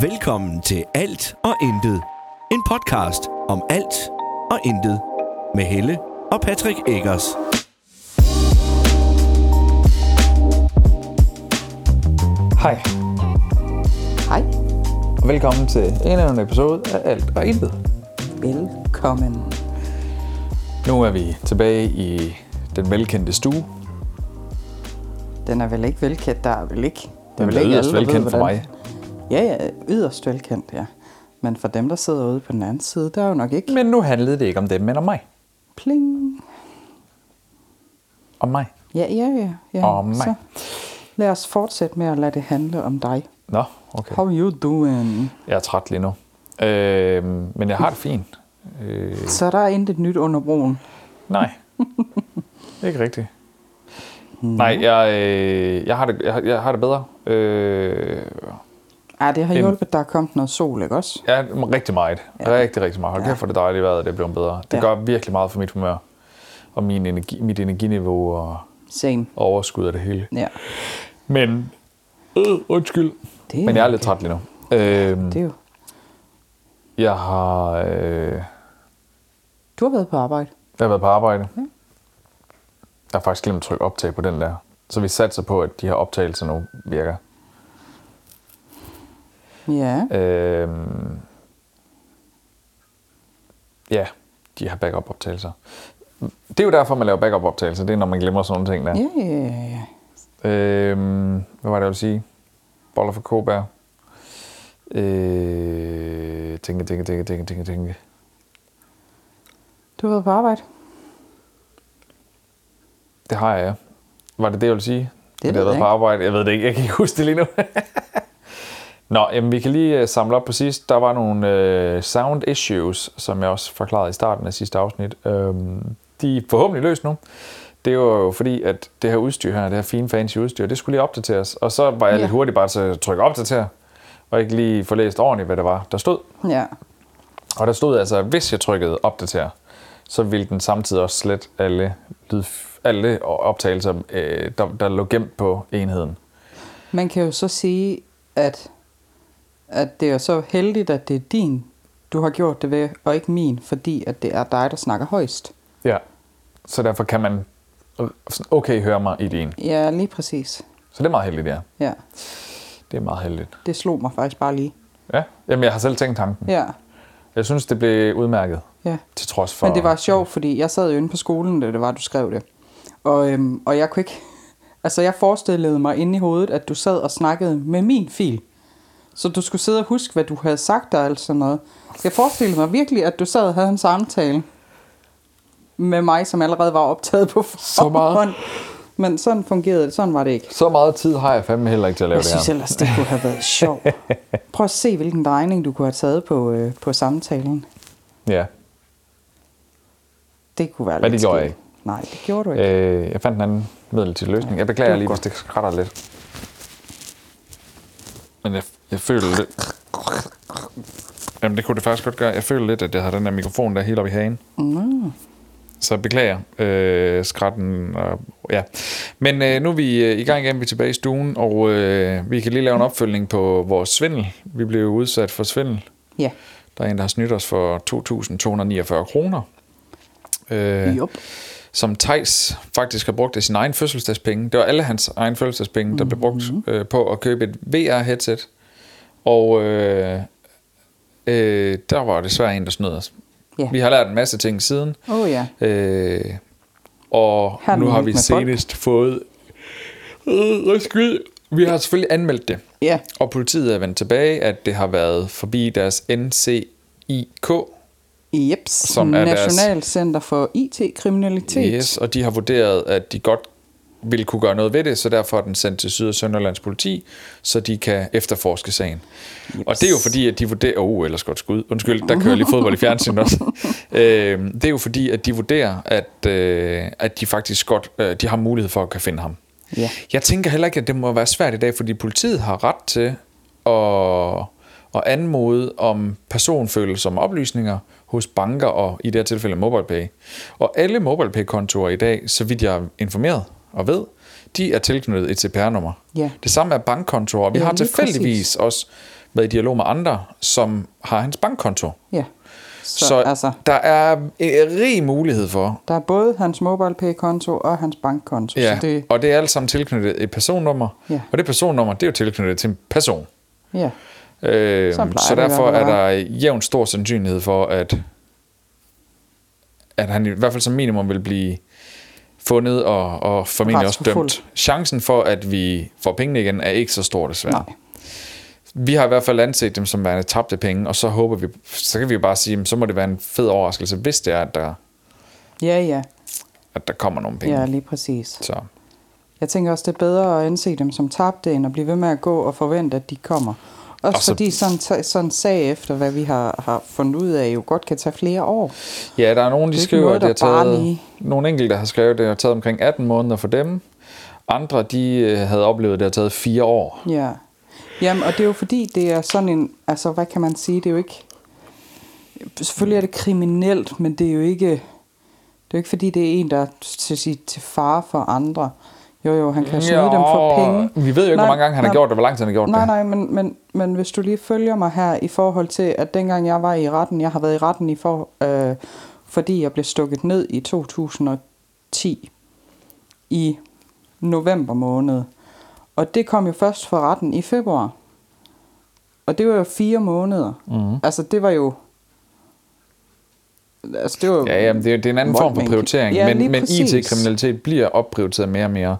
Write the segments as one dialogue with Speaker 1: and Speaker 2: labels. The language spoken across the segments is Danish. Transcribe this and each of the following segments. Speaker 1: Velkommen til Alt og Intet. En podcast om alt og intet. Med Helle og Patrick Eggers.
Speaker 2: Hej,
Speaker 3: Hej.
Speaker 2: og velkommen til en anden episode af Alt og Intet.
Speaker 3: Velkommen.
Speaker 2: Nu er vi tilbage i den velkendte stue.
Speaker 3: Den er vel ikke velkendt, der er vel ikke... Det
Speaker 2: Den
Speaker 3: vel
Speaker 2: er
Speaker 3: ikke
Speaker 2: yderst
Speaker 3: alle, der ved,
Speaker 2: velkendt for
Speaker 3: hvordan-
Speaker 2: mig.
Speaker 3: Ja, ja, yderst velkendt, ja. Men for dem, der sidder ude på den anden side, der er jo nok ikke...
Speaker 2: Men nu handlede det ikke om dem, men om mig.
Speaker 3: Pling.
Speaker 2: Om mig.
Speaker 3: Ja, ja, ja. ja.
Speaker 2: Om mig.
Speaker 3: Så lad os fortsætte med at lade det handle om dig.
Speaker 2: Nå, okay.
Speaker 3: How you doing?
Speaker 2: Jeg er træt lige nu. Øh, men jeg har det fint. Øh,
Speaker 3: Så der er intet nyt under broen.
Speaker 2: nej. ikke rigtigt. Nej, jeg, øh, jeg, har det, jeg, har- jeg har det bedre. Øh,
Speaker 3: Ej, det har
Speaker 2: En-
Speaker 3: hjulpet, der er kommet noget sol, ikke også?
Speaker 2: ja, rigtig meget. Ja. Rigtig, rigtig meget. Hold kæft, for det dejlige vejr, det er blevet bedre. Det
Speaker 3: Ja.
Speaker 2: gør virkelig meget for mit humør. Og min energi, mit energiniveau og
Speaker 3: Same.
Speaker 2: og overskud af det hele.
Speaker 3: Ja.
Speaker 2: Men, øh, undskyld.
Speaker 3: Det er
Speaker 2: Men jeg er
Speaker 3: okay.
Speaker 2: lidt træt lige nu. Øhm,
Speaker 3: Det er jo...
Speaker 2: jeg, har, øh, jeg
Speaker 3: Du har været på arbejde.
Speaker 2: har været på arbejde. Jeg har faktisk glemt at trykke optag på den der. Så vi satser på, at de her optagelser nu virker.
Speaker 3: Ja.
Speaker 2: Øhm, ja, de har backup-optagelser. Det er jo derfor, man laver backup-optagelser. Det er, når man glemmer sådan nogle ting der.
Speaker 3: Ja, ja, ja, ja.
Speaker 2: Øhm, hvad var det, jeg ville sige? Boller for Kåbær. Øh, tænke, tænke, tænke, tænke, tænke, tænke.
Speaker 3: Du har været på arbejde.
Speaker 2: Det har jeg, ja. Var det det, jeg ville sige?
Speaker 3: ved
Speaker 2: Det har været
Speaker 3: jeg
Speaker 2: på
Speaker 3: ikke.
Speaker 2: arbejde. Jeg ved det ikke. Jeg kan ikke huske det lige nu. Nå, jamen, vi kan lige øh, samle op på sidst. Der var nogle øh, sound issues, som jeg også forklarede i starten af sidste afsnit. Øhm, de er forhåbentlig løst nu. Det var jo fordi, at det her udstyr her, det her fine fancy udstyr, det skulle lige opdateres. Og så var jeg
Speaker 3: Ja.
Speaker 2: lidt hurtig bare til at trykke opdater, og ikke lige få læst ordentligt, hvad det var, der stod.
Speaker 3: Ja.
Speaker 2: Og der stod altså, at hvis jeg trykkede opdater, så ville den samtidig også slette alle, lyd, alle optagelser, øh, der, der lå gemt på enheden.
Speaker 3: Man kan jo så sige, at, at det er så heldigt, at det er din, du har gjort det ved, og ikke min, fordi at det er dig, der snakker højst.
Speaker 2: Ja. Så derfor kan man øh, sådan okay høre mig i din.
Speaker 3: Ja, lige præcis.
Speaker 2: Så det er meget heldigt, ja.
Speaker 3: Ja,
Speaker 2: Det er meget heldigt.
Speaker 3: det slog mig faktisk bare lige.
Speaker 2: Ja, Jamen, jeg har selv tænkt tanken.
Speaker 3: Ja,
Speaker 2: Jeg synes, det blev udmærket,
Speaker 3: ja.
Speaker 2: til trods for...
Speaker 3: Men det var sjovt, fordi jeg sad jo inde på skolen, da det var, du skrev det. Og, øhm, og jeg kunne ikke... Altså, jeg forestillede mig inde i hovedet, at du sad og snakkede med min fil. Så du skulle sidde og huske, hvad du havde sagt og alt sådan noget. Jeg forestillede mig virkelig, at du sad og havde en samtale med mig, som allerede var optaget på forhånd.
Speaker 2: Så meget.
Speaker 3: Men sådan fungerede det. Sådan var det ikke.
Speaker 2: Så meget tid har jeg fandme heller ikke til at lave
Speaker 3: Jeg
Speaker 2: det her.
Speaker 3: synes ellers, det kunne have været sjovt. Prøv at se, hvilken drejning du kunne have taget på, øh, på samtalen.
Speaker 2: Ja.
Speaker 3: Det kunne være
Speaker 2: Men
Speaker 3: lidt
Speaker 2: det gjorde jeg
Speaker 3: skægt. Nej, det gjorde du ikke.
Speaker 2: Øh, jeg fandt en anden midlertidig løsning. Jeg beklager
Speaker 3: Det er
Speaker 2: lige, hvis
Speaker 3: godt.
Speaker 2: det skratter lidt. Men jeg, jeg føler lidt... Jamen, det kunne det faktisk godt gøre. Jeg føler lidt, at jeg har den der mikrofon, der er helt oppe i hagen.
Speaker 3: Nå.
Speaker 2: Så jeg beklager øh, skratten. Og, ja. Men øh, nu er vi øh, i gang igen. Vi er tilbage i stuen, og øh, vi kan lige lave en opfølgning på vores svindel. Vi blev jo udsat for svindel.
Speaker 3: Ja.
Speaker 2: Der er en, der har snydt os for 2.249 kroner. Øh,
Speaker 3: Jup.
Speaker 2: som Tejs faktisk har brugt af sin egen fødselsdagspenge. Det var alle hans egen fødselsdagspenge, der
Speaker 3: Mhm.
Speaker 2: blev brugt øh, på at købe et VR-headset. Og øh, øh, der var desværre en, der snød os.
Speaker 3: Ja.
Speaker 2: Vi har lært en masse ting siden.
Speaker 3: Åh oh, ja.
Speaker 2: Øh, og
Speaker 3: Her er
Speaker 2: nu
Speaker 3: den
Speaker 2: har
Speaker 3: helt
Speaker 2: vi
Speaker 3: med folk.
Speaker 2: senest fået... Øh, undskyld. vi har selvfølgelig anmeldt det.
Speaker 3: Ja.
Speaker 2: Og politiet er vendt tilbage, at det har været forbi deres NCIK,
Speaker 3: Jeps.
Speaker 2: Som
Speaker 3: Som
Speaker 2: er
Speaker 3: er
Speaker 2: deres-
Speaker 3: Nationalcenter for IT-kriminalitet.
Speaker 2: Yes, og de har vurderet, at de godt ville kunne gøre noget ved det, så derfor er den sendt til Syd- og Sønderlands politi, så de kan efterforske sagen. Yes. Og det er jo fordi, at de vurderer... Oh, ellers godt skud. Undskyld, der kører lige fodbold i fjernsynet også. øhm, det er jo fordi, at de vurderer, at, øh, at de faktisk godt... Øh, de har mulighed for at kan finde ham.
Speaker 3: Ja.
Speaker 2: Jeg tænker heller ikke, at det må være svært i dag, fordi politiet har ret til at, at anmode om personfølsomme oplysninger hos banker og i det her tilfælde MobilePay. Og alle MobilePay-kontorer i dag, så vidt jeg er informeret og ved, de er tilknyttet et CPR-nummer.
Speaker 3: Ja.
Speaker 2: Det samme er bankkontorer. Vi
Speaker 3: Ja,
Speaker 2: har
Speaker 3: lige
Speaker 2: tilfældigvis
Speaker 3: præcis.
Speaker 2: også været i dialog med andre, som har hans bankkonto.
Speaker 3: Ja.
Speaker 2: Så, så altså. der er øh, rig mulighed for,
Speaker 3: Der er både hans MobilePay-konto og hans bankkonto.
Speaker 2: ja,
Speaker 3: Så det,
Speaker 2: og det er alt sammen tilknyttet et personnummer,
Speaker 3: Ja.
Speaker 2: og det personnummer, det er jo tilknyttet til en person.
Speaker 3: ja.
Speaker 2: Øh,
Speaker 3: Sådan plejer
Speaker 2: så
Speaker 3: det i
Speaker 2: derfor
Speaker 3: hvert
Speaker 2: er
Speaker 3: fald
Speaker 2: der jævn stor sandsynlighed for, at, at han i hvert fald som minimum vil blive fundet og, og formentlig også dømt.
Speaker 3: Retsforfulgt.
Speaker 2: Chancen for, at vi får pengene igen, er ikke så stor desværre.
Speaker 3: Nej.
Speaker 2: Vi har i hvert fald anset dem som værende tabte penge, og så håber vi, så kan vi jo bare sige, jamen, så må det være en fed overraskelse, hvis det er, at der,
Speaker 3: Ja, ja.
Speaker 2: at der kommer nogle penge.
Speaker 3: Ja, lige præcis.
Speaker 2: Så.
Speaker 3: Jeg tænker også, det er bedre at anse dem som tabte, end at blive ved med at gå og forvente, at de kommer. Også
Speaker 2: Og så-
Speaker 3: fordi sådan, sådan sag efter, hvad vi har, har fundet ud af, jo godt kan tage flere år.
Speaker 2: Ja, der er nogen, de
Speaker 3: Det er ikke
Speaker 2: skriver,
Speaker 3: noget,
Speaker 2: at det har
Speaker 3: der bare
Speaker 2: taget...
Speaker 3: lige-
Speaker 2: Nogle enkelte har skrevet, at det har taget omkring 18 måneder for dem. Andre, de øh, havde oplevet, at det har taget fire år.
Speaker 3: Ja. Jamen, og det er jo fordi, det er sådan en... Altså, hvad kan man sige? Det er jo ikke... Selvfølgelig er det kriminelt, men det er jo ikke... Det er jo ikke fordi, det er en, der er til, sige, til fare for andre. Jo, jo, han kan snyde dem for
Speaker 2: Jo,
Speaker 3: penge.
Speaker 2: Vi ved jo ikke, hvor mange gange han har gjort det, hvor lang tid han har gjort
Speaker 3: Nej,
Speaker 2: det.
Speaker 3: nej, men, men, men hvis du lige følger mig her i forhold til, at dengang jeg var i retten, jeg har været i retten i for, øh, fordi jeg blev stukket ned i 2010 i november måned. Og det kom jo først for retten i februar. Og det var jo fire måneder.
Speaker 2: Mhm.
Speaker 3: Mm. Altså det var jo... Altså det var jo...
Speaker 2: Ja, jamen, det, er, det er en anden form for
Speaker 3: voldmængde.
Speaker 2: prioritering,
Speaker 3: Ja, lige
Speaker 2: men, men
Speaker 3: præcis.
Speaker 2: IT-kriminalitet bliver opprioriteret mere og mere.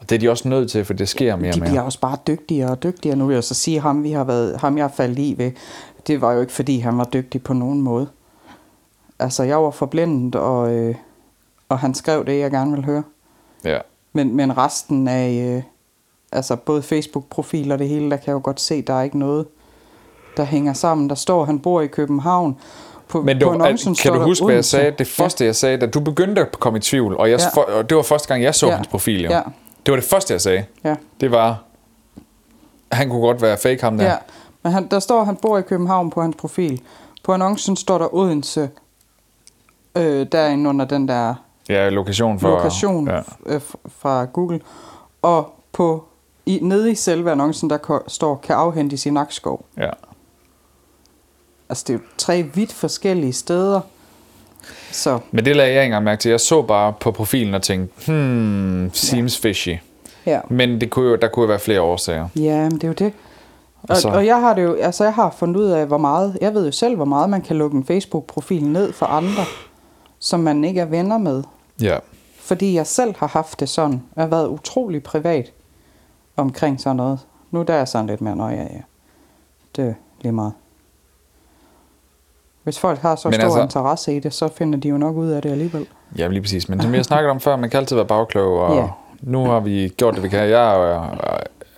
Speaker 2: Og det er de også nødt til, for det sker mere og
Speaker 3: de bliver
Speaker 2: mere.
Speaker 3: også bare dygtigere og dygtigere. Nu vil jeg så sige, ham, vi har været, ham jeg faldt i ved, det var jo ikke, fordi han var dygtig på nogen måde. Altså, jeg var forblændet, og, øh, og han skrev det, jeg gerne ville høre.
Speaker 2: Ja.
Speaker 3: Men, men resten af, øh, altså både Facebook-profil og det hele, der kan jeg jo godt se, der er ikke noget, der hænger sammen. Der står, han bor i København. På,
Speaker 2: Men
Speaker 3: på
Speaker 2: du, at, kan
Speaker 3: annoncen står
Speaker 2: du
Speaker 3: der
Speaker 2: huske, hvad jeg
Speaker 3: Odense.
Speaker 2: sagde? Det første, jeg sagde, da du begyndte at komme i tvivl, og, jeg,
Speaker 3: Ja.
Speaker 2: for, og det var første gang, jeg så
Speaker 3: Ja.
Speaker 2: hans profil, jo.
Speaker 3: Ja.
Speaker 2: Det var det første, jeg sagde.
Speaker 3: Ja, ja.
Speaker 2: Det var, han kunne godt være fake ham der.
Speaker 3: Ja. ja. Men han, der står, at han bor i København på hans profil. På annoncen står der Odense, øh, derinde under den der
Speaker 2: Ja, lokation for...
Speaker 3: lokation
Speaker 2: Ja.
Speaker 3: øh, f- fra Google. Og på, i, nede i selve annoncen, der ko- står, kan afhentes i Nakskov.
Speaker 2: ja.
Speaker 3: Altså, det er jo tre vidt forskellige steder. Så
Speaker 2: Men det lagde jeg ikke engang mærke til. Jeg så bare på profilen og tænkte, hmm, seems fishy.
Speaker 3: ja.
Speaker 2: Men det kunne jo, der kunne jo være flere årsager.
Speaker 3: Ja, men det er jo det. Og,
Speaker 2: Altså-
Speaker 3: altså. og jeg har det jo, altså jeg har fundet ud af, hvor meget, jeg ved jo selv, hvor meget man kan lukke en Facebook-profil ned for andre, som man ikke er venner med.
Speaker 2: Ja.
Speaker 3: Fordi jeg selv har haft det sådan. Jeg har været utrolig privat omkring sådan noget. Nu der er jeg sådan lidt mere, nå ja, ja. Det er lige meget. Hvis folk har så
Speaker 2: Men
Speaker 3: Men stor
Speaker 2: altså-
Speaker 3: altså... interesse i det, så finder de jo nok ud af det alligevel.
Speaker 2: Ja, lige præcis. Men som vi har snakket om før, man kan altid være bagklog, og
Speaker 3: Ja.
Speaker 2: nu har vi gjort det, vi kan. Jeg, er,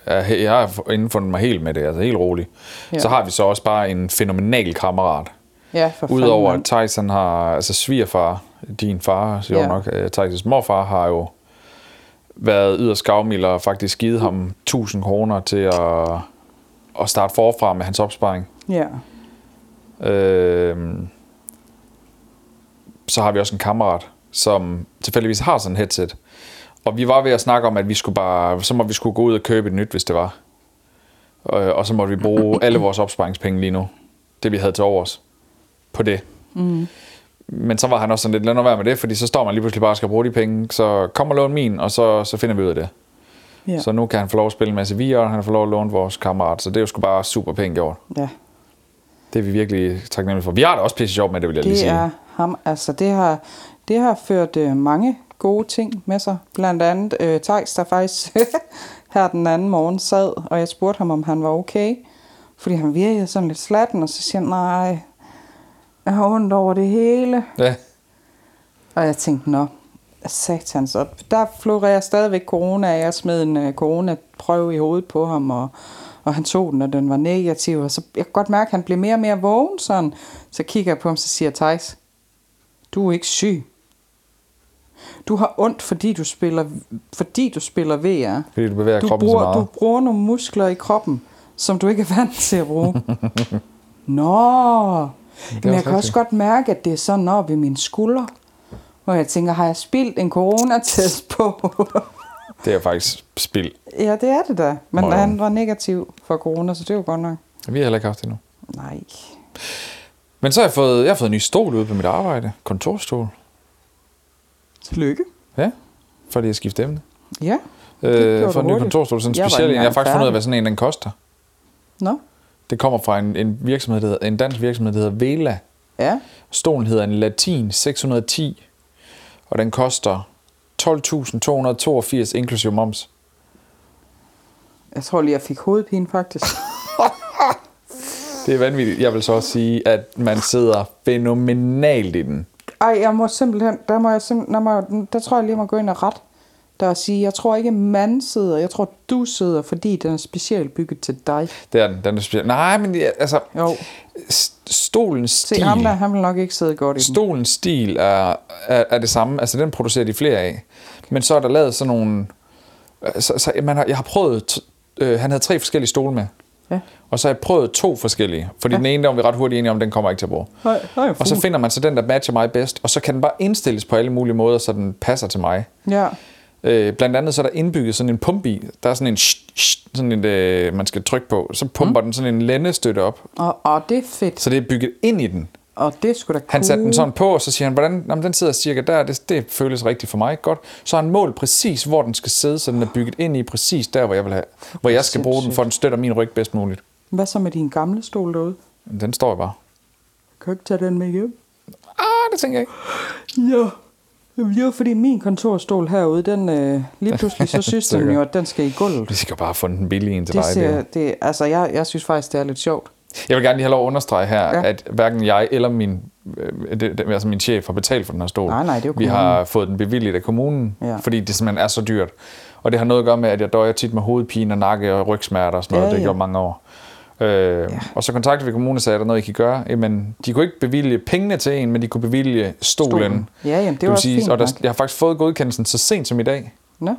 Speaker 2: er, jeg har indfundet mig helt med det, altså helt rolig.
Speaker 3: Ja.
Speaker 2: Så har vi så også bare en fænomenal kammerat.
Speaker 3: Ja, for fanden,
Speaker 2: Udover at
Speaker 3: mand.
Speaker 2: Thijs, han har, altså svigerfar, din far, siger ja.
Speaker 3: Ja.
Speaker 2: nok, øh, Thijs' morfar har jo været yderst gavmild og faktisk givet ham 1000 kroner til at, at starte forfra med hans opsparing.
Speaker 3: Ja,
Speaker 2: Øh, så har vi også en kammerat, som tilfældigvis har sådan et headset. Og vi var ved at snakke om, at vi skulle bare, så må vi skulle gå ud og købe et nyt, hvis det var. Øh, og så måtte vi bruge alle vores opsparingspenge lige nu. Det vi havde til overs. På det. Mm. Men så var han også sådan lidt, lad nu være med det, fordi så står man lige pludselig bare og skal bruge de penge. Så kom og lån min, og så, så finder vi ud af det.
Speaker 3: ja,
Speaker 2: Ja. Så nu kan han få lov at spille en masse VR, og han får lov at låne vores kammerat. Så det er jo sgu bare super pænt gjort.
Speaker 3: ja.
Speaker 2: Det er vi virkelig taknemmelige for. Vi har det også pisse sjovt med, det vil jeg lige
Speaker 3: Det
Speaker 2: sige.
Speaker 3: er ham. Altså, det har, det har ført øh, mange gode ting med sig. Blandt andet øh, Thijs, der faktisk her den anden morgen sad, og jeg spurgte ham, om han var okay. Fordi han virkede sådan lidt slatten, og så siger han, nej, jeg har ondt over det hele.
Speaker 2: Ja.
Speaker 3: Og jeg tænkte, nå, satans op. Der florerer stadigvæk corona, og jeg smed en øh, coronaprøve i hovedet på ham, og, og han tog den, og den var negativ. Og så, jeg kan godt mærke, at han blev mere og mere vågen sådan. Så kigger jeg på ham, så siger jeg, Thijs, du er ikke syg. Du har ondt, fordi du spiller, fordi du spiller VR.
Speaker 2: Fordi du bevæger
Speaker 3: du
Speaker 2: kroppen så
Speaker 3: bruger,
Speaker 2: meget.
Speaker 3: Du bruger nogle muskler i kroppen, som du ikke er vant til at bruge. Nå,
Speaker 2: også
Speaker 3: men jeg kan også
Speaker 2: rigtigt.
Speaker 3: godt mærke, at det er sådan op i mine skuldre. Hvor jeg tænker, har jeg spildt en coronatest på?
Speaker 2: Det er faktisk spild.
Speaker 3: ja, det er det da. Men
Speaker 2: Nå, jo.
Speaker 3: han var negativ for corona, så det er jo godt nok.
Speaker 2: Vi har heller ikke haft det endnu.
Speaker 3: Nej.
Speaker 2: Men så har jeg fået, jeg har fået en ny stol ude på mit arbejde. Kontorstol.
Speaker 3: Tillykke.
Speaker 2: Ja, fordi jeg skiftede emne.
Speaker 3: Ja. gjorde
Speaker 2: Øh,
Speaker 3: du
Speaker 2: for en ny
Speaker 3: hurtigt.
Speaker 2: kontorstol, sådan
Speaker 3: Jeg var
Speaker 2: en speciel
Speaker 3: ikke
Speaker 2: en. Jeg har
Speaker 3: engang
Speaker 2: faktisk fundet ud af,
Speaker 3: færdig.
Speaker 2: hvad sådan en den koster.
Speaker 3: Nå.
Speaker 2: Det kommer fra en, en, virksomhed, der hedder, en dansk virksomhed, der hedder Vela.
Speaker 3: Ja.
Speaker 2: Stolen hedder en Latin 610, og den koster 12.282 inklusive moms.
Speaker 3: Jeg tror lige, jeg fik hovedpine faktisk.
Speaker 2: Det er vanvittigt. Jeg vil så også sige, at man sidder fænomenalt i den.
Speaker 3: Ej, jeg må simpelthen, der, må jeg simpelthen, der, må, jeg- der tror jeg lige, jeg må gå ind og ret der og sige, jeg tror ikke, man sidder, jeg tror, du sidder, fordi den er specielt bygget til dig.
Speaker 2: Det er den. den er speciel. Nej, men det er- altså,
Speaker 3: Jo,
Speaker 2: s- stolens
Speaker 3: se,
Speaker 2: stil,
Speaker 3: ham der, han vil nok ikke sidde godt i den.
Speaker 2: stolens stil er, er, er det samme. Altså, den producerer de flere af. Men så er der lavet sådan nogle... øh, Så, så man har, jeg har prøvet... t- Øh, han havde tre forskellige stole med.
Speaker 3: Ja.
Speaker 2: Og så har jeg prøvet to forskellige. Fordi ja. den ene, der var vi ret hurtigt enige om, den kommer jeg ikke til at bruge.
Speaker 3: Høj, høj,
Speaker 2: Og så finder man så den, der matcher mig bedst, og så kan den bare indstilles på alle mulige måder, så den passer til mig.
Speaker 3: Ja,
Speaker 2: Øh, blandt andet så er der indbygget sådan en pumpe i. Der er sådan en, sh- sh- sådan en øh, man skal trykke på. Så pumper mm. den sådan en lændestøtte op,
Speaker 3: og, og det er fedt.
Speaker 2: så det er bygget ind i den.
Speaker 3: Og det skulle da
Speaker 2: Han
Speaker 3: cool.
Speaker 2: satte den sådan på, og så siger han, hvordan jamen, den sidder cirka der, det, det føles rigtigt for mig, godt. Så har han målt præcis, hvor den skal sidde, så den er bygget ind i præcis der, hvor jeg vil have, hvor jeg skal bruge den, for den støtter min ryg bedst muligt.
Speaker 3: Hvad så med din gamle stol derude?
Speaker 2: Den står jeg bare.
Speaker 3: Kan du ikke tage den med hjem?
Speaker 2: Ah, det tænker jeg ikke.
Speaker 3: Ja. Jamen, Jo, fordi min kontorstol herude, den øh, lige pludselig så synes den
Speaker 2: Sikkert.
Speaker 3: jo, at den skal i gulvet.
Speaker 2: Vi skal bare have fundet en billig en til
Speaker 3: Det
Speaker 2: dig.
Speaker 3: ser, det, altså, jeg, jeg synes faktisk, det er lidt sjovt.
Speaker 2: Jeg vil gerne lige have lov at understrege her, ja.
Speaker 3: Ja.
Speaker 2: at hverken jeg eller min, øh, det, det, altså min chef har betalt for den her stol.
Speaker 3: Nej, nej, det er jo
Speaker 2: Vi har fået den bevilget af kommunen, ja.
Speaker 3: Ja.
Speaker 2: fordi det simpelthen er så dyrt. Og det har noget at gøre med, at jeg døjer tit med hovedpine og nakke og rygsmerter og sådan noget. Ja,
Speaker 3: Ja,
Speaker 2: det har jeg
Speaker 3: ja.
Speaker 2: gjort mange år. Øh, ja. Og så kontaktede vi kommunen og sagde, at der er noget, I kan gøre. Jamen, de kunne ikke bevilge pengene til en, men de kunne bevilge stolen.
Speaker 3: Stolen. Ja, jamen, det
Speaker 2: vil
Speaker 3: var også fint
Speaker 2: og der,
Speaker 3: nok.
Speaker 2: jeg har faktisk fået godkendelsen så sent som i dag
Speaker 3: Nå?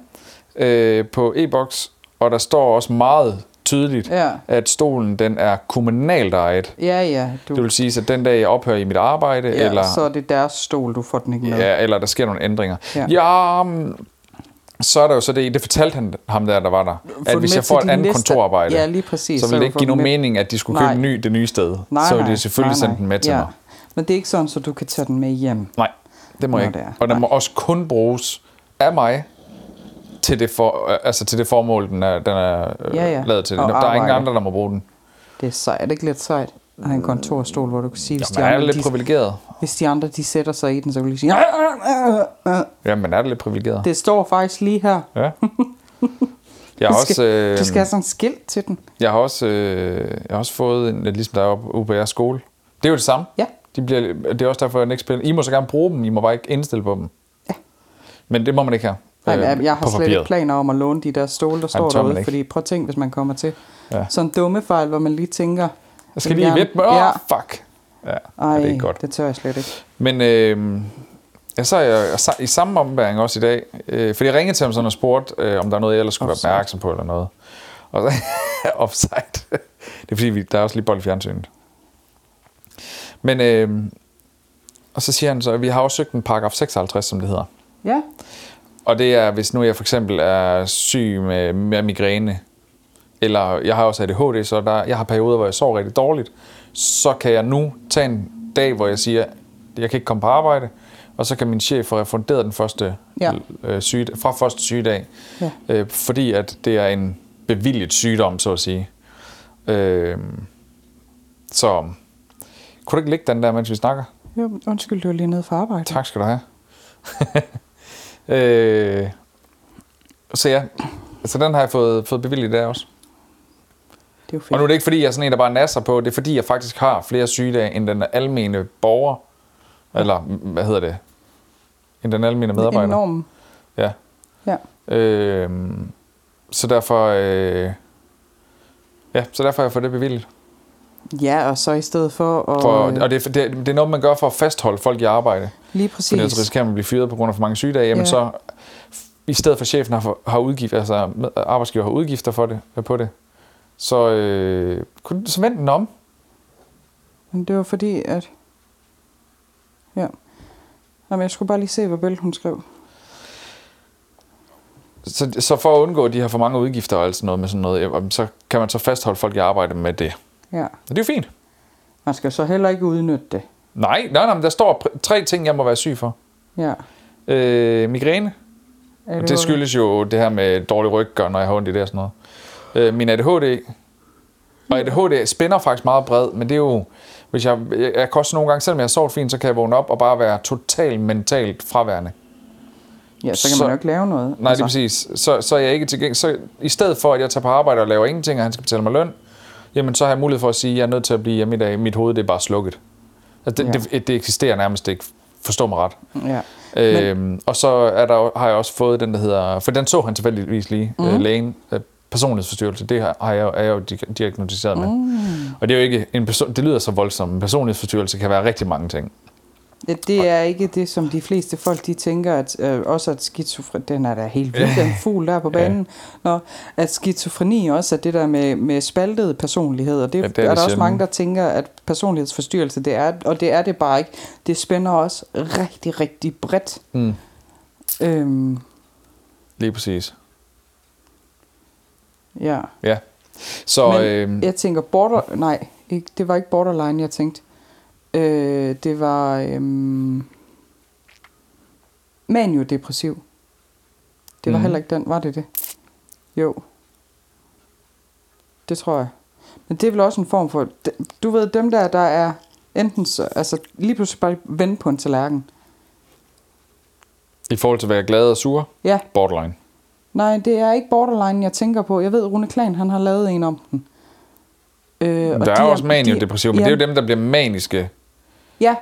Speaker 2: øh, på e-boks, og der står også meget tydeligt,
Speaker 3: Ja.
Speaker 2: at stolen den er kommunalt ejet.
Speaker 3: Ja, ja. Du,
Speaker 2: Det vil sige, at den dag, jeg ophører i mit arbejde,
Speaker 3: ja,
Speaker 2: eller,
Speaker 3: Så er det deres stol, du får den ikke med.
Speaker 2: ja, eller der sker nogle ændringer, ja.
Speaker 3: Ja.
Speaker 2: ja mm, så er der jo så det, det fortalte han, ham der, der var der, at
Speaker 3: den
Speaker 2: hvis
Speaker 3: med
Speaker 2: jeg får
Speaker 3: til
Speaker 2: et
Speaker 3: din
Speaker 2: andet
Speaker 3: liste.
Speaker 2: kontorarbejde,
Speaker 3: Ja, lige præcis,
Speaker 2: så
Speaker 3: så
Speaker 2: ville det
Speaker 3: du
Speaker 2: ikke
Speaker 3: får
Speaker 2: give
Speaker 3: den
Speaker 2: nogen
Speaker 3: med.
Speaker 2: mening, at de skulle købe
Speaker 3: Nej.
Speaker 2: en ny det nye sted.
Speaker 3: Nej,
Speaker 2: så ville
Speaker 3: nej,
Speaker 2: de selvfølgelig
Speaker 3: nej, nej.
Speaker 2: sende den med til
Speaker 3: ja.
Speaker 2: mig.
Speaker 3: Men det er ikke sådan, så du kan tage den med hjem.
Speaker 2: Nej, det må
Speaker 3: Nå,
Speaker 2: jeg ikke.
Speaker 3: det er.
Speaker 2: Og den må også kun bruges af mig til det, for, altså til det formål, den er, den er øh,
Speaker 3: Ja, ja.
Speaker 2: lavet til.
Speaker 3: Og
Speaker 2: der er ingen
Speaker 3: arbejde.
Speaker 2: andre, der må bruge den.
Speaker 3: Det er sejt. Er det ikke lidt sejt at have en kontorstol, hvor du kan sige, hvis,
Speaker 2: Jamen, er
Speaker 3: de,
Speaker 2: det
Speaker 3: andre,
Speaker 2: lidt
Speaker 3: de,
Speaker 2: privilegeret?
Speaker 3: hvis de andre de sætter sig i den, så vil de sige, "Ah, ah, ah, ah."
Speaker 2: Jamen, er det lidt privilegeret?
Speaker 3: det står faktisk lige her.
Speaker 2: Ja. Jeg har,
Speaker 3: Du
Speaker 2: også,
Speaker 3: skal,
Speaker 2: øh,
Speaker 3: du skal have sådan en skilt til den.
Speaker 2: jeg har også, øh, jeg har også fået en, ligesom der er oppe ude på jeres skole. Det er jo det samme.
Speaker 3: Ja.
Speaker 2: De bliver, det er også derfor, jeg ikke spiller. I må så gerne bruge dem, I må bare ikke indstille på dem. Ja. Men det må man ikke have.
Speaker 3: Nej,
Speaker 2: øh,
Speaker 3: jeg, jeg har
Speaker 2: på
Speaker 3: slet ikke planer om at låne de der stole, der står
Speaker 2: tør man
Speaker 3: derude,
Speaker 2: ikke.
Speaker 3: fordi prøv at tænk, hvis man kommer til
Speaker 2: Ja.
Speaker 3: sådan en dumme fejl, hvor man lige tænker...
Speaker 2: Jeg skal
Speaker 3: vil
Speaker 2: lige
Speaker 3: gerne-
Speaker 2: vippe mig. Åh,
Speaker 3: Ja.
Speaker 2: oh, fuck. Ja, Ej,
Speaker 3: Ej,
Speaker 2: det er ikke godt.
Speaker 3: det tør jeg slet ikke.
Speaker 2: Men øh, jeg så er jeg så- i samme ombæring også i dag, øh, fordi jeg ringede til ham sådan og spurgte, øh, om der er noget, jeg ellers skulle være
Speaker 3: Offside.
Speaker 2: opmærksom på eller noget. Og så, offside. det er fordi, vi, der er også lige bold i fjernsynet. Men, øh, og så siger han så, at vi har også søgt en paragraf 56, som det hedder.
Speaker 3: Ja,
Speaker 2: Og det er, hvis nu jeg for eksempel er syg med, med migræne, eller jeg har også ADHD, så der, jeg har perioder, hvor jeg sover rigtig dårligt, så kan jeg nu tage en dag, hvor jeg siger, jeg kan ikke komme på arbejde, og så kan min chef få refunderet den første
Speaker 3: Ja.
Speaker 2: øh, syge, fra første sygedag,
Speaker 3: Ja.
Speaker 2: øh, fordi at det er en bevilget sygdom, så at sige. Øh, så kunne du ikke lægge den der, mens vi snakker?
Speaker 3: jo, undskyld, du er lige nede fra arbejde.
Speaker 2: Tak skal du have. øh, så ja, så den har jeg fået, fået bevilget der også.
Speaker 3: Det er jo fedt.
Speaker 2: Og nu er det ikke, fordi jeg er sådan en, der bare nasser på. Det er, fordi jeg faktisk har flere sygedage, end den almene borger. Eller, hvad hedder det? End den almene medarbejder.
Speaker 3: Enorm.
Speaker 2: Ja.
Speaker 3: Ja.
Speaker 2: Øh, så derfor... Øh, ja, så derfor har jeg fået det bevilget.
Speaker 3: ja, og så i stedet for at... øh,
Speaker 2: For, og det, er- det, er- det er noget, man gør for at fastholde folk i arbejde.
Speaker 3: lige
Speaker 2: Fordi ellers
Speaker 3: præcis.
Speaker 2: risikerer man at blive fyret på grund af for mange sygedage. Jamen
Speaker 3: Ja.
Speaker 2: så, i stedet for at chefen har, har udgift, altså med- arbejdsgiver har udgifter for det, på det, så, øh, kunne- så vend den om.
Speaker 3: Men det var fordi, at... Ja. Jamen, jeg skulle bare lige se, hvad Bøl hun skrev.
Speaker 2: Så, så for at undgå, at de har for mange udgifter og alt sådan noget med sådan noget, jamen, så kan man så fastholde folk i arbejde med det.
Speaker 3: Ja.
Speaker 2: Og det er jo fint.
Speaker 3: Man skal så heller ikke udnytte det.
Speaker 2: Nej, nej, nej, men der står pr- tre ting, jeg må være syg for.
Speaker 3: Ja.
Speaker 2: Øh, migræne.
Speaker 3: ADHD.
Speaker 2: Og det skyldes jo det her med dårlig ryg, gør, når jeg har ondt i det og sådan noget. Øh, min ADHD, og ADHD spænder faktisk meget bredt, men det er jo, hvis jeg, jeg, jeg kan også nogle gange, selvom jeg har sovet fint, så kan jeg vågne op og bare være totalt mentalt fraværende.
Speaker 3: Ja, så kan
Speaker 2: så-
Speaker 3: man jo ikke lave noget.
Speaker 2: Nej, altså. det er præcis. Så, så er jeg ikke tilgængelig. Så i stedet for, at jeg tager på arbejde og laver ingenting, og han skal betale mig løn, jamen så har jeg mulighed for at sige, at jeg er nødt til at blive hjemme i dag. Mit hoved det er bare slukket. Altså, det,
Speaker 3: Ja.
Speaker 2: ja. det, det eksisterer nærmest ikke. Forstå mig ret.
Speaker 3: Ja.
Speaker 2: Øhm, og så er der, jo- har jeg også fået den, der hedder... For den så han tilfældigvis lige, mm.
Speaker 3: Mhm.
Speaker 2: øh, lægen. Øh, personlighedsforstyrrelse, det har, har jeg, jo- er jeg jo di- diagnostiseret med. Mm. Og det er jo ikke en person, det lyder så voldsomt. En personlighedsforstyrrelse kan være rigtig mange ting.
Speaker 3: Det, det er ikke det, som de fleste folk de tænker, at øh, også at skizofreni, den er da helt vild, den fugl der er på banen. Nå, at skizofreni også er det der med, med spaltede personligheder. Det, ja, det er, er
Speaker 2: det
Speaker 3: der også
Speaker 2: sjældent.
Speaker 3: mange, der tænker, at personlighedsforstyrrelse, det er, og det er det bare ikke. Det spænder også rigtig, rigtig bredt.
Speaker 2: Mm.
Speaker 3: Øhm,
Speaker 2: Lige præcis.
Speaker 3: ja.
Speaker 2: Ja. Så,
Speaker 3: Men
Speaker 2: øhm,
Speaker 3: Jeg tænker border... Nej, ikke, det var ikke borderline, jeg tænkte. Øh, det var... Øhm, maniodepressiv. Det var
Speaker 2: Mhm.
Speaker 3: heller ikke den, var det det? Jo. Det tror jeg. Men det er vel også en form for... Du ved, dem der, der er enten så, altså lige pludselig bare vende på en tallerken.
Speaker 2: i forhold til at være glad og sur,
Speaker 3: Ja,
Speaker 2: borderline.
Speaker 3: Nej, det er ikke borderline, jeg tænker på. Jeg ved, Rune Klan, han har lavet en om den. Øh,
Speaker 2: Der er jo også maniodepressiv, men det er jo dem, der bliver maniske.
Speaker 3: Ja,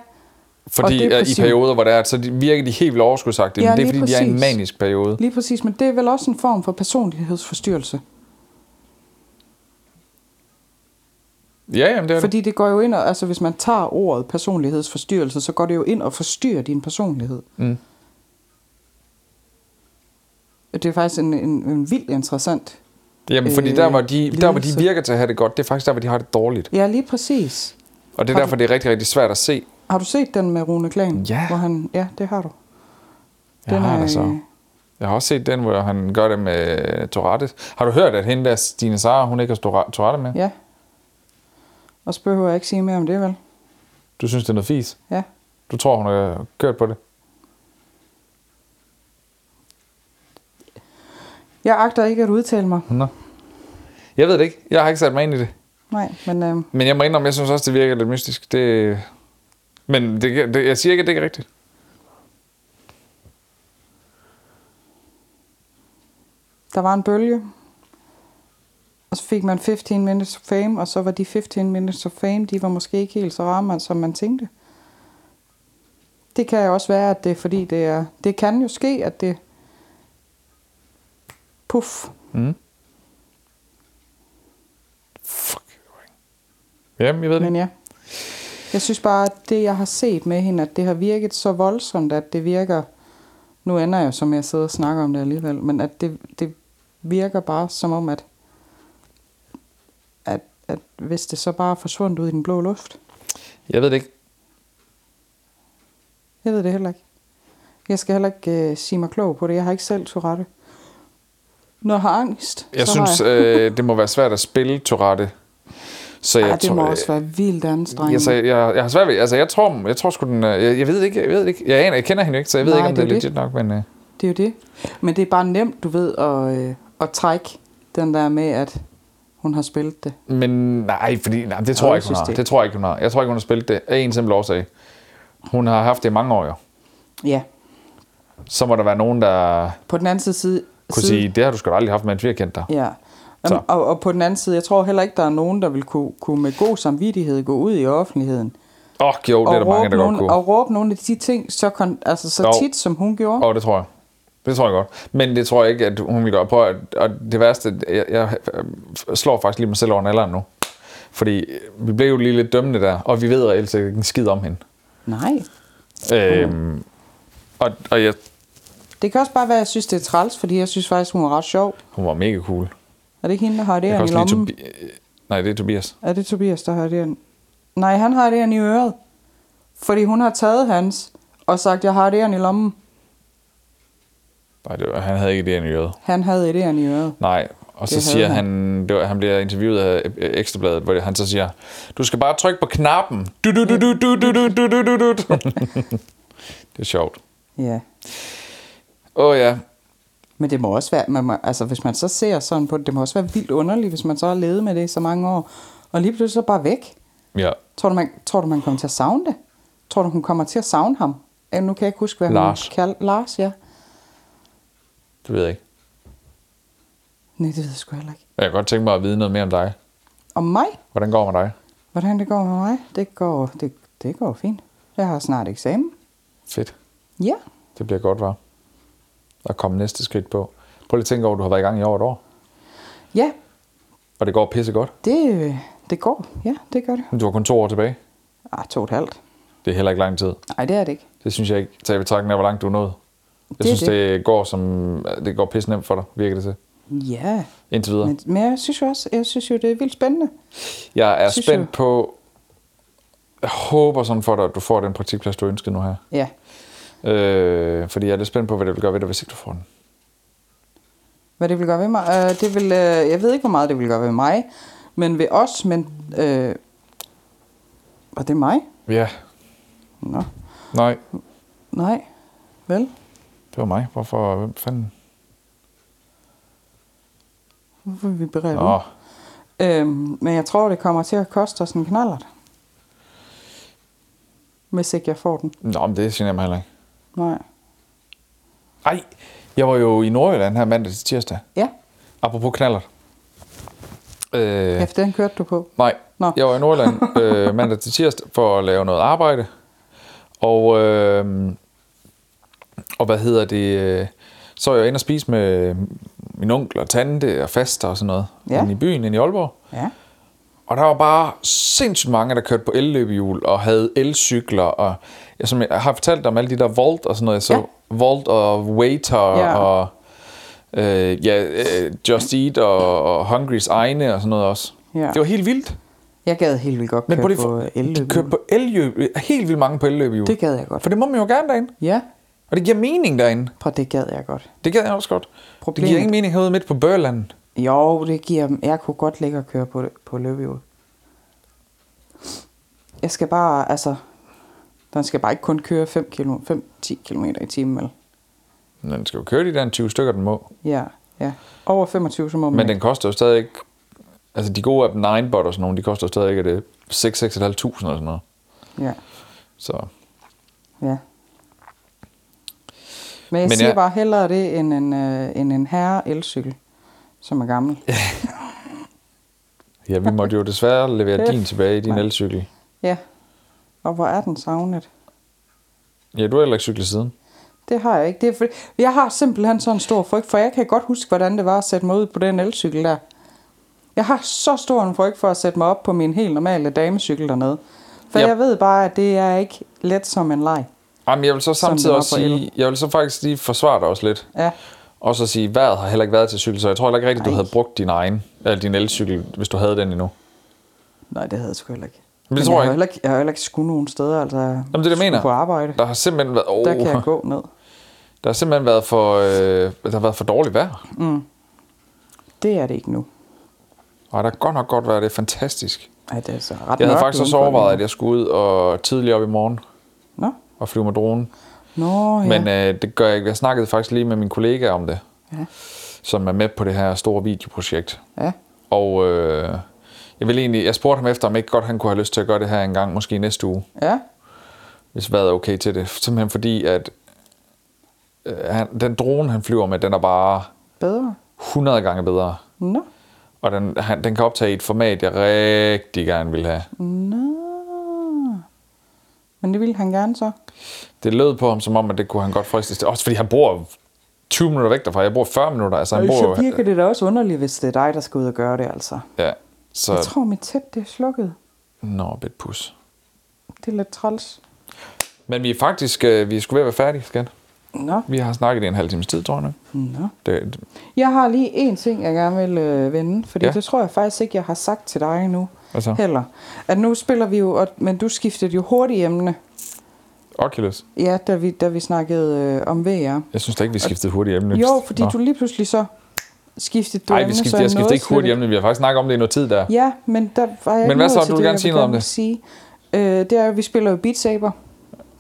Speaker 2: Fordi
Speaker 3: Og
Speaker 2: øh, i
Speaker 3: depressiv.
Speaker 2: perioder, hvor der er, så de- virker de helt vildt overskudsagtige,
Speaker 3: Ja,
Speaker 2: men det er
Speaker 3: lige
Speaker 2: fordi, de er i en
Speaker 3: præcis.
Speaker 2: manisk periode.
Speaker 3: lige præcis. Men det er vel også en form for personlighedsforstyrrelse.
Speaker 2: Ja, jamen det er det.
Speaker 3: Fordi det går jo ind, og, altså hvis man tager ordet personlighedsforstyrrelse, så går det jo ind og forstyrrer din personlighed.
Speaker 2: Mm.
Speaker 3: Det er faktisk en, en, en vildt interessant.
Speaker 2: Jamen, fordi
Speaker 3: øh,
Speaker 2: der, hvor de, der, hvor de
Speaker 3: lidelse.
Speaker 2: virker til at have det godt, det er faktisk der, hvor de har det dårligt.
Speaker 3: Ja, lige præcis.
Speaker 2: Og det er
Speaker 3: Har
Speaker 2: derfor, det er rigtig, rigtig svært at se.
Speaker 3: Har du set den med Rune Klan?
Speaker 2: Ja.
Speaker 3: Hvor han, ja, det har du.
Speaker 2: Jeg har det
Speaker 3: øh,
Speaker 2: så. Jeg har også set den, hvor han gør det med øh, Tourette. Har du hørt, at hende der, Stine Sara, hun ikke har Stora- Tourette med?
Speaker 3: Ja. Og så behøver jeg ikke sige mere om det, vel?
Speaker 2: Du synes, det er noget fis?
Speaker 3: Ja.
Speaker 2: Du tror, hun har kørt på det?
Speaker 3: Jeg agter ikke at udtale mig.
Speaker 2: Nå. Jeg ved det ikke. Jeg har ikke sat mig ind i det.
Speaker 3: Nej, men øh,
Speaker 2: Men jeg må indrømme, jeg synes også, det virker lidt mystisk. Det... Men det, det, jeg siger ikke, at det ikke er rigtigt.
Speaker 3: der var en bølge. Og så fik man 15 minutes of fame, og så var de 15 minutes of fame, de var måske ikke helt så ramme, som man tænkte. Det kan jo også være, at det er fordi, det er... Det kan jo ske, at det... Puff.
Speaker 2: Mm. Fuck. Jamen, jeg ved det.
Speaker 3: Men ja. Jeg synes bare, at det, jeg har set med hende, at det har virket så voldsomt, at det virker... Nu ender jeg jo, som jeg sidder og snakker om det alligevel, men at det, det virker bare som om, at, at, at hvis det så bare er forsvundet ud i den blå luft.
Speaker 2: Jeg ved det ikke.
Speaker 3: Jeg ved det heller ikke. Jeg skal heller ikke øh, sige mig klog på det. Jeg har ikke selv Tourette. Når jeg har angst,
Speaker 2: Jeg
Speaker 3: så
Speaker 2: synes,
Speaker 3: har jeg...
Speaker 2: øh, det må være svært at spille Tourette. Så øh, jeg
Speaker 3: Ej, det
Speaker 2: tror-
Speaker 3: må også være vildt anstrengende.
Speaker 2: Altså, jeg, jeg har svært ved, altså, jeg tror, jeg tror sgu, den, øh, jeg, jeg ved det ikke, jeg ved det ikke, jeg, aner, jeg kender hende jo ikke, så jeg ved
Speaker 3: Nej,
Speaker 2: ikke, om det
Speaker 3: det
Speaker 2: er
Speaker 3: er jo det.
Speaker 2: legit nok, men øh,
Speaker 3: Det er jo det. Men det er bare nemt, du ved, at, øh, at trække den der med, at hun har spillet det.
Speaker 2: Men nej, fordi, nej det tror jeg ikke, hun har.
Speaker 3: Rollesystem.
Speaker 2: Det tror jeg ikke, hun har. Jeg tror ikke, hun har spillet det af en simpel årsag. Hun har haft det i mange år, jo.
Speaker 3: Ja.
Speaker 2: Så må der være nogen, der
Speaker 3: På den anden side... side
Speaker 2: kunne sige, det har du sgu da aldrig haft, mens vi har kendt dig.
Speaker 3: Ja.
Speaker 2: Så.
Speaker 3: Jamen, og, og på den anden side, jeg tror heller ikke, der er nogen, der vil kunne, kunne med god samvittighed gå ud i offentligheden
Speaker 2: Åh, jo, det er der mange, der
Speaker 3: nogle,
Speaker 2: godt kunne.
Speaker 3: og råbe nogle af de ting så, kon, altså, så
Speaker 2: Jo.
Speaker 3: tit, som hun gjorde.
Speaker 2: Åh, det tror jeg. Det tror jeg godt. Men det tror jeg ikke, at hun vil gøre på. Og det værste, jeg, jeg øh, slår faktisk lige mig selv over nalderen nu. Fordi vi blev jo lige lidt dømmende der, og vi ved reelt set ikke en skid om hende.
Speaker 3: Nej. Uh.
Speaker 2: Øhm, og, og jeg,
Speaker 3: Det kan også bare være, at jeg synes, det er træls, fordi jeg synes faktisk, hun er ret sjov.
Speaker 2: hun var mega cool. Jeg
Speaker 3: Er det ikke hende, der har det
Speaker 2: kan
Speaker 3: i
Speaker 2: også lide
Speaker 3: lommen?
Speaker 2: Tobi- øh, Nej, det er Tobias.
Speaker 3: Er det Tobias, der har det? Nej, han har det i øret. Fordi hun har taget hans og sagt, jeg har det i lommen.
Speaker 2: Nej, det var, han havde ikke det i øret.
Speaker 3: Han havde det i øret.
Speaker 2: Nej, Og så
Speaker 3: Det havde
Speaker 2: siger
Speaker 3: han.
Speaker 2: han, det var, han bliver interviewet af øh, Ekstrabladet, hvor det- han så siger, du skal bare trykke på knappen. Du, du, du, du, du, du, du, du, du, du, du. det er sjovt.
Speaker 3: Ja.
Speaker 2: Åh oh, ja,
Speaker 3: Men det må også være, man må, altså hvis man så ser sådan på det, det må også være vildt underligt, hvis man så har levet med det i så mange år, og lige pludselig så bare væk.
Speaker 2: ja.
Speaker 3: Tror du, man, tror du, man kommer til at savne det? Tror du, hun kommer til at savne ham? Ja, nu kan jeg ikke huske, hvad
Speaker 2: Lars.
Speaker 3: hun kaldte. Lars, ja.
Speaker 2: Det ved jeg ikke.
Speaker 3: Nej, det ved jeg sgu heller ikke.
Speaker 2: Jeg kan godt tænke mig at vide noget mere om dig.
Speaker 3: Om mig?
Speaker 2: Hvordan går det med dig?
Speaker 3: Hvordan det går med mig? Det går, det, det går fint. Jeg har snart eksamen.
Speaker 2: Fedt.
Speaker 3: Ja.
Speaker 2: Det bliver godt, var. Og komme næste skridt på. Prøv lige at tænke over, at du har været i gang i over et år.
Speaker 3: Ja,
Speaker 2: Og det går pisse godt.
Speaker 3: det, øh, det går. Ja, det gør det.
Speaker 2: Men du har kun to år tilbage.
Speaker 3: Ah, to og et halvt.
Speaker 2: Det er heller ikke lang tid.
Speaker 3: Nej, det er det ikke.
Speaker 2: Det synes jeg ikke. Tag i betragtning af, hvor langt du er nået. Jeg
Speaker 3: Det er
Speaker 2: synes, det.
Speaker 3: det.
Speaker 2: det går som... Det går pisse nemt for dig, virker det til.
Speaker 3: Ja,
Speaker 2: Indtil videre.
Speaker 3: men,
Speaker 2: Men,
Speaker 3: men jeg synes jo også, jeg synes jo, det er vildt spændende.
Speaker 2: jeg er
Speaker 3: synes
Speaker 2: spændt
Speaker 3: jeg-
Speaker 2: på... Jeg håber sådan for dig, at du får den praktikplads, du ønskede nu her.
Speaker 3: Ja,
Speaker 2: Øh, fordi jeg er lidt spændt på, hvad det vil gøre ved dig, hvis ikke du får den.
Speaker 3: hvad det vil gøre ved mig. Øh, det vil, øh, jeg ved ikke, hvor meget det vil gøre ved mig, men ved os, men... Øh, var det mig?
Speaker 2: Ja.
Speaker 3: Nå,
Speaker 2: Nej,
Speaker 3: nej. Vel?
Speaker 2: det var mig. Hvorfor? Hvem fanden?
Speaker 3: Hvorfor vil vi berede
Speaker 2: Nå,
Speaker 3: ud? Øhm, men jeg tror, det kommer til at koste os en knallert. Hvis ikke jeg får den.
Speaker 2: Nå men det generer mig heller ikke.
Speaker 3: Nej.
Speaker 2: Ej, jeg var jo i Nordjylland her mandag til tirsdag.
Speaker 3: Ja,
Speaker 2: Apropos knaller. Øh,
Speaker 3: efter den kørte du på.
Speaker 2: nej,
Speaker 3: Nå.
Speaker 2: jeg var i Nordjylland øh, mandag til tirsdag for at lave noget arbejde. Og, øh, og hvad hedder det? øh, Så er jeg inde og spise med min onkel og tante og faster og sådan noget.
Speaker 3: Ja.
Speaker 2: Inde i byen, inde i Aalborg.
Speaker 3: Ja.
Speaker 2: Og der var bare sindssygt mange, der kørte på elløbehjul og havde elcykler. Og jeg, som jeg har fortalt dig om alle de der Volt og sådan noget. Jeg så ja. Volt og Waiter ja.
Speaker 3: Ja.
Speaker 2: og øh, ja, øh, Just Eat og, og Hungrys egne og sådan noget også.
Speaker 3: Ja.
Speaker 2: Det var helt vildt.
Speaker 3: Jeg gad helt vildt godt
Speaker 2: Men
Speaker 3: køre
Speaker 2: prøv lige
Speaker 3: på
Speaker 2: for,
Speaker 3: øh,
Speaker 2: de
Speaker 3: elløbehjul.
Speaker 2: kørte på elløb, helt vildt mange på elløbehjul.
Speaker 3: Det gad jeg godt.
Speaker 2: For det må man jo gerne derinde.
Speaker 3: Ja,
Speaker 2: Og det giver mening derinde.
Speaker 3: prøv det gad jeg godt.
Speaker 2: Det gad jeg også godt. Det
Speaker 3: Problemet-
Speaker 2: giver ingen mening herude midt på Børland.
Speaker 3: Jo, det giver dem. Jeg kunne godt ligge og køre på, det- på løbehjul. Jeg skal bare, altså... Den skal bare ikke kun køre 5-10 km, 5, 10 km i timen, vel?
Speaker 2: Men den skal jo køre de der en 20 stykker, den må.
Speaker 3: Ja, ja. Over 25, så må man
Speaker 2: Men
Speaker 3: ikke.
Speaker 2: den koster jo stadig ikke... Altså de gode af dem, Ninebot og sådan nogle, de koster jo stadig ikke er det 6-6.500 eller sådan noget.
Speaker 3: Ja,
Speaker 2: Så
Speaker 3: ja.
Speaker 2: Men
Speaker 3: Men jeg Men siger
Speaker 2: jeg-
Speaker 3: jeg... bare hellere det, end en, øh, end en herre elcykel, som er gammel.
Speaker 2: ja, vi måtte jo desværre levere
Speaker 3: Kæft,
Speaker 2: din tilbage i din
Speaker 3: mand.
Speaker 2: elcykel.
Speaker 3: Ja. Og hvor er den savnet?
Speaker 2: Ja, du har heller ikke cyklet siden.
Speaker 3: Det har jeg ikke. Det er fordi, jeg har simpelthen sådan en stor frygt, for jeg kan godt huske, hvordan det var at sætte mig ud på den elcykel der. Jeg har så stor en frygt for at sætte mig op på min helt normale damecykel dernede. For
Speaker 2: Ja.
Speaker 3: jeg ved bare, at det er ikke let som en leg.
Speaker 2: Jamen, jeg vil så
Speaker 3: Som
Speaker 2: samtidig
Speaker 3: den var
Speaker 2: også
Speaker 3: på el.
Speaker 2: sige, jeg vil så faktisk lige forsvare dig også lidt.
Speaker 3: Ja.
Speaker 2: Og så sige, vejret har heller ikke været til cykel, så jeg tror heller ikke rigtigt, du
Speaker 3: Ej.
Speaker 2: havde brugt din egen, eller din elcykel, hvis du havde den endnu.
Speaker 3: Nej, det havde jeg sgu heller ikke.
Speaker 2: Men det tror jeg
Speaker 3: jeg, har
Speaker 2: ikke.
Speaker 3: heller ikke. Jeg har heller ikke skulle nogen steder, altså. Jamen,
Speaker 2: det, jeg mener.
Speaker 3: På arbejde.
Speaker 2: Der har simpelthen været, oh,
Speaker 3: Der kan jeg gå ned.
Speaker 2: der har simpelthen været for, øh, der har været for dårligt vejr.
Speaker 3: Det er det ikke nu.
Speaker 2: Og der er godt nok godt vejr, det er fantastisk.
Speaker 3: Ej, det er så ret
Speaker 2: Jeg havde
Speaker 3: mørkt
Speaker 2: faktisk også
Speaker 3: udenfor
Speaker 2: overvejet,
Speaker 3: lige
Speaker 2: at jeg skulle ud og tidligere op i morgen
Speaker 3: nu. Nå?
Speaker 2: og flyve med dronen.
Speaker 3: Nå, ja.
Speaker 2: Men øh, det gør jeg ikke. Jeg snakkede faktisk lige med min kollega om det,
Speaker 3: Ja.
Speaker 2: som er med på det her store videoprojekt.
Speaker 3: ja.
Speaker 2: Og øh, jeg, ville egentlig, jeg spurgte ham efter, om ikke godt han kunne have lyst til at gøre det her en gang, måske næste uge,
Speaker 3: Ja.
Speaker 2: hvis vejret er okay til det. Simpelthen fordi, at øh, han, den drone, han flyver med, den er bare
Speaker 3: Bedre.
Speaker 2: 100 gange bedre.
Speaker 3: Nå.
Speaker 2: Og den, han, den kan optage i et format, jeg rigtig gerne vil have.
Speaker 3: Mm. Nå. Men det ville han gerne så.
Speaker 2: Det lød på ham som om, at det kunne han godt fristes til. Også fordi han bor 20 minutter væk derfra. Jeg bor 40 minutter. Altså, han
Speaker 3: Og
Speaker 2: bor,
Speaker 3: så virker det da også underligt, hvis det er dig, der skal ud og gøre det, altså.
Speaker 2: Ja, så...
Speaker 3: Jeg tror, mit tæt det er slukket.
Speaker 2: Nå, bit pus.
Speaker 3: Det er lidt træls.
Speaker 2: Men vi er faktisk, øh, vi skulle ved at være færdige, skat.
Speaker 3: Nå,
Speaker 2: Vi har snakket i en halv times tid, tror jeg. nu.
Speaker 3: nå.
Speaker 2: Det, det-
Speaker 3: Jeg har lige en ting, jeg gerne vil øh, vende, fordi
Speaker 2: Ja.
Speaker 3: ja. det tror jeg faktisk ikke, jeg har sagt til dig endnu.
Speaker 2: Hvad så?
Speaker 3: Heller. At nu spiller vi jo, og, men du skiftede jo hurtigt emne,
Speaker 2: Oculus.
Speaker 3: ja, da vi, da vi snakkede øh, om VR.
Speaker 2: Jeg synes da ikke, vi skiftede hurtigt emne.
Speaker 3: Jo, fordi Nå. du lige pludselig så, skiftet du
Speaker 2: Nej, vi
Speaker 3: emne,
Speaker 2: skiftede,
Speaker 3: så
Speaker 2: jeg skiftede
Speaker 3: nåede
Speaker 2: ikke hurtigt
Speaker 3: slet
Speaker 2: emne. Vi har faktisk snakket om det i noget tid der.
Speaker 3: Ja, men der var jeg
Speaker 2: Men hvad
Speaker 3: ikke nået
Speaker 2: så?
Speaker 3: til
Speaker 2: Du vil
Speaker 3: det,
Speaker 2: gerne
Speaker 3: jeg
Speaker 2: sige
Speaker 3: vil
Speaker 2: noget om
Speaker 3: gerne
Speaker 2: det.
Speaker 3: Sige. Øh, det er, at vi spiller jo Beat Saber.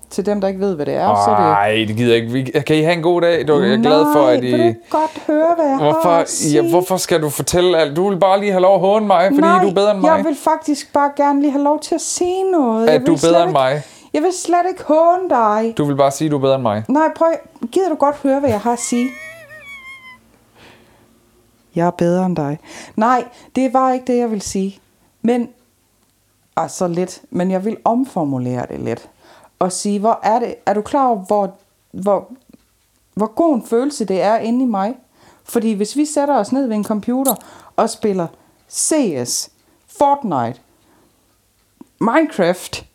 Speaker 3: Til dem, der ikke ved, hvad det er, så er det...
Speaker 2: Nej, det gider jeg ikke. Vi- Kan I have en god dag? Du, jeg er glad for, at
Speaker 3: I...
Speaker 2: I...
Speaker 3: vil du ikke godt høre, hvad jeg har at
Speaker 2: Hvorfor,
Speaker 3: sige?
Speaker 2: ja, hvorfor skal du fortælle alt? Du vil bare lige have lov at håne mig, fordi
Speaker 3: Nej,
Speaker 2: du er bedre end mig.
Speaker 3: jeg vil faktisk bare gerne lige have lov til at sige noget.
Speaker 2: At
Speaker 3: jeg
Speaker 2: du er
Speaker 3: vil slet
Speaker 2: bedre end
Speaker 3: ikke,
Speaker 2: mig.
Speaker 3: Jeg vil slet ikke håne dig.
Speaker 2: Du vil bare sige, du er bedre end mig.
Speaker 3: Nej, prøv. Gider du godt høre, hvad jeg har at sige? Jeg er bedre end dig. Nej, det var ikke det, jeg vil sige. Men, altså lidt, men jeg vil omformulere det lidt. Og sige, hvor er det, er du klar over, hvor, hvor, hvor god en følelse det er inde i mig? Fordi hvis vi sætter os ned ved en computer og spiller CS, Fortnite, Minecraft,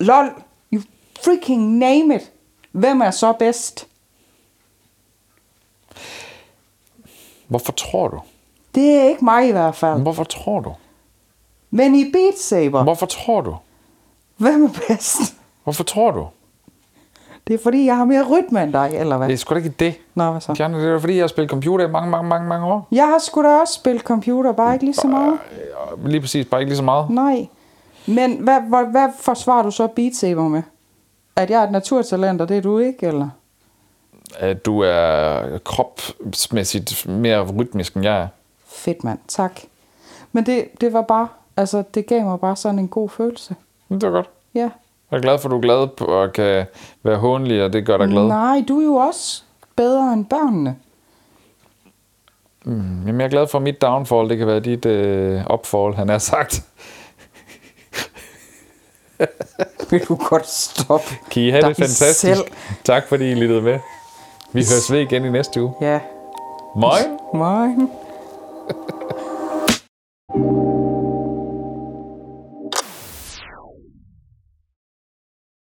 Speaker 3: LOL, you freaking name it. Hvem er så bedst?
Speaker 2: Hvorfor tror du?
Speaker 3: Det er ikke mig i hvert fald.
Speaker 2: Hvorfor tror du? Mm.
Speaker 3: Men i Beat Saber,
Speaker 2: Hvorfor tror du?
Speaker 3: hvem er bedst?
Speaker 2: Hvorfor tror du?
Speaker 3: Det er fordi, jeg har mere rytme end dig, eller hvad?
Speaker 2: Det er sgu da ikke det.
Speaker 3: Nå, hvad så?
Speaker 2: Gerne, det er jo fordi, jeg har spillet computer i mange, mange, mange, mange år.
Speaker 3: Jeg har sgu da også spillet computer, bare ikke lige så meget.
Speaker 2: Øh, Lige præcis, bare ikke lige så meget.
Speaker 3: Nej. Men hvad, hvad, hvad forsvarer du så Beat Saber med? At jeg er et naturtalent, og det er du ikke, eller?
Speaker 2: At du er kropsmæssigt mere rytmisk, end jeg er.
Speaker 3: Fedt, mand. Tak. Men det, det var bare... Altså, det gav mig bare sådan en god følelse.
Speaker 2: Men det var godt.
Speaker 3: Ja.
Speaker 2: Jeg er glad for, at du er glad på- og kan være hånlig, og det gør dig glad.
Speaker 3: Nej, du er jo også bedre end børnene.
Speaker 2: Jamen, jeg er glad for at mit downfall. Det kan være dit øh, upfall, han har sagt.
Speaker 3: Vil du godt stoppe?
Speaker 2: Kan I have
Speaker 3: Dig
Speaker 2: det fantastisk.
Speaker 3: selv.
Speaker 2: Tak fordi I lyttede med. Vi høres ved igen i næste uge.
Speaker 3: Ja.
Speaker 2: Moin!
Speaker 3: Moin.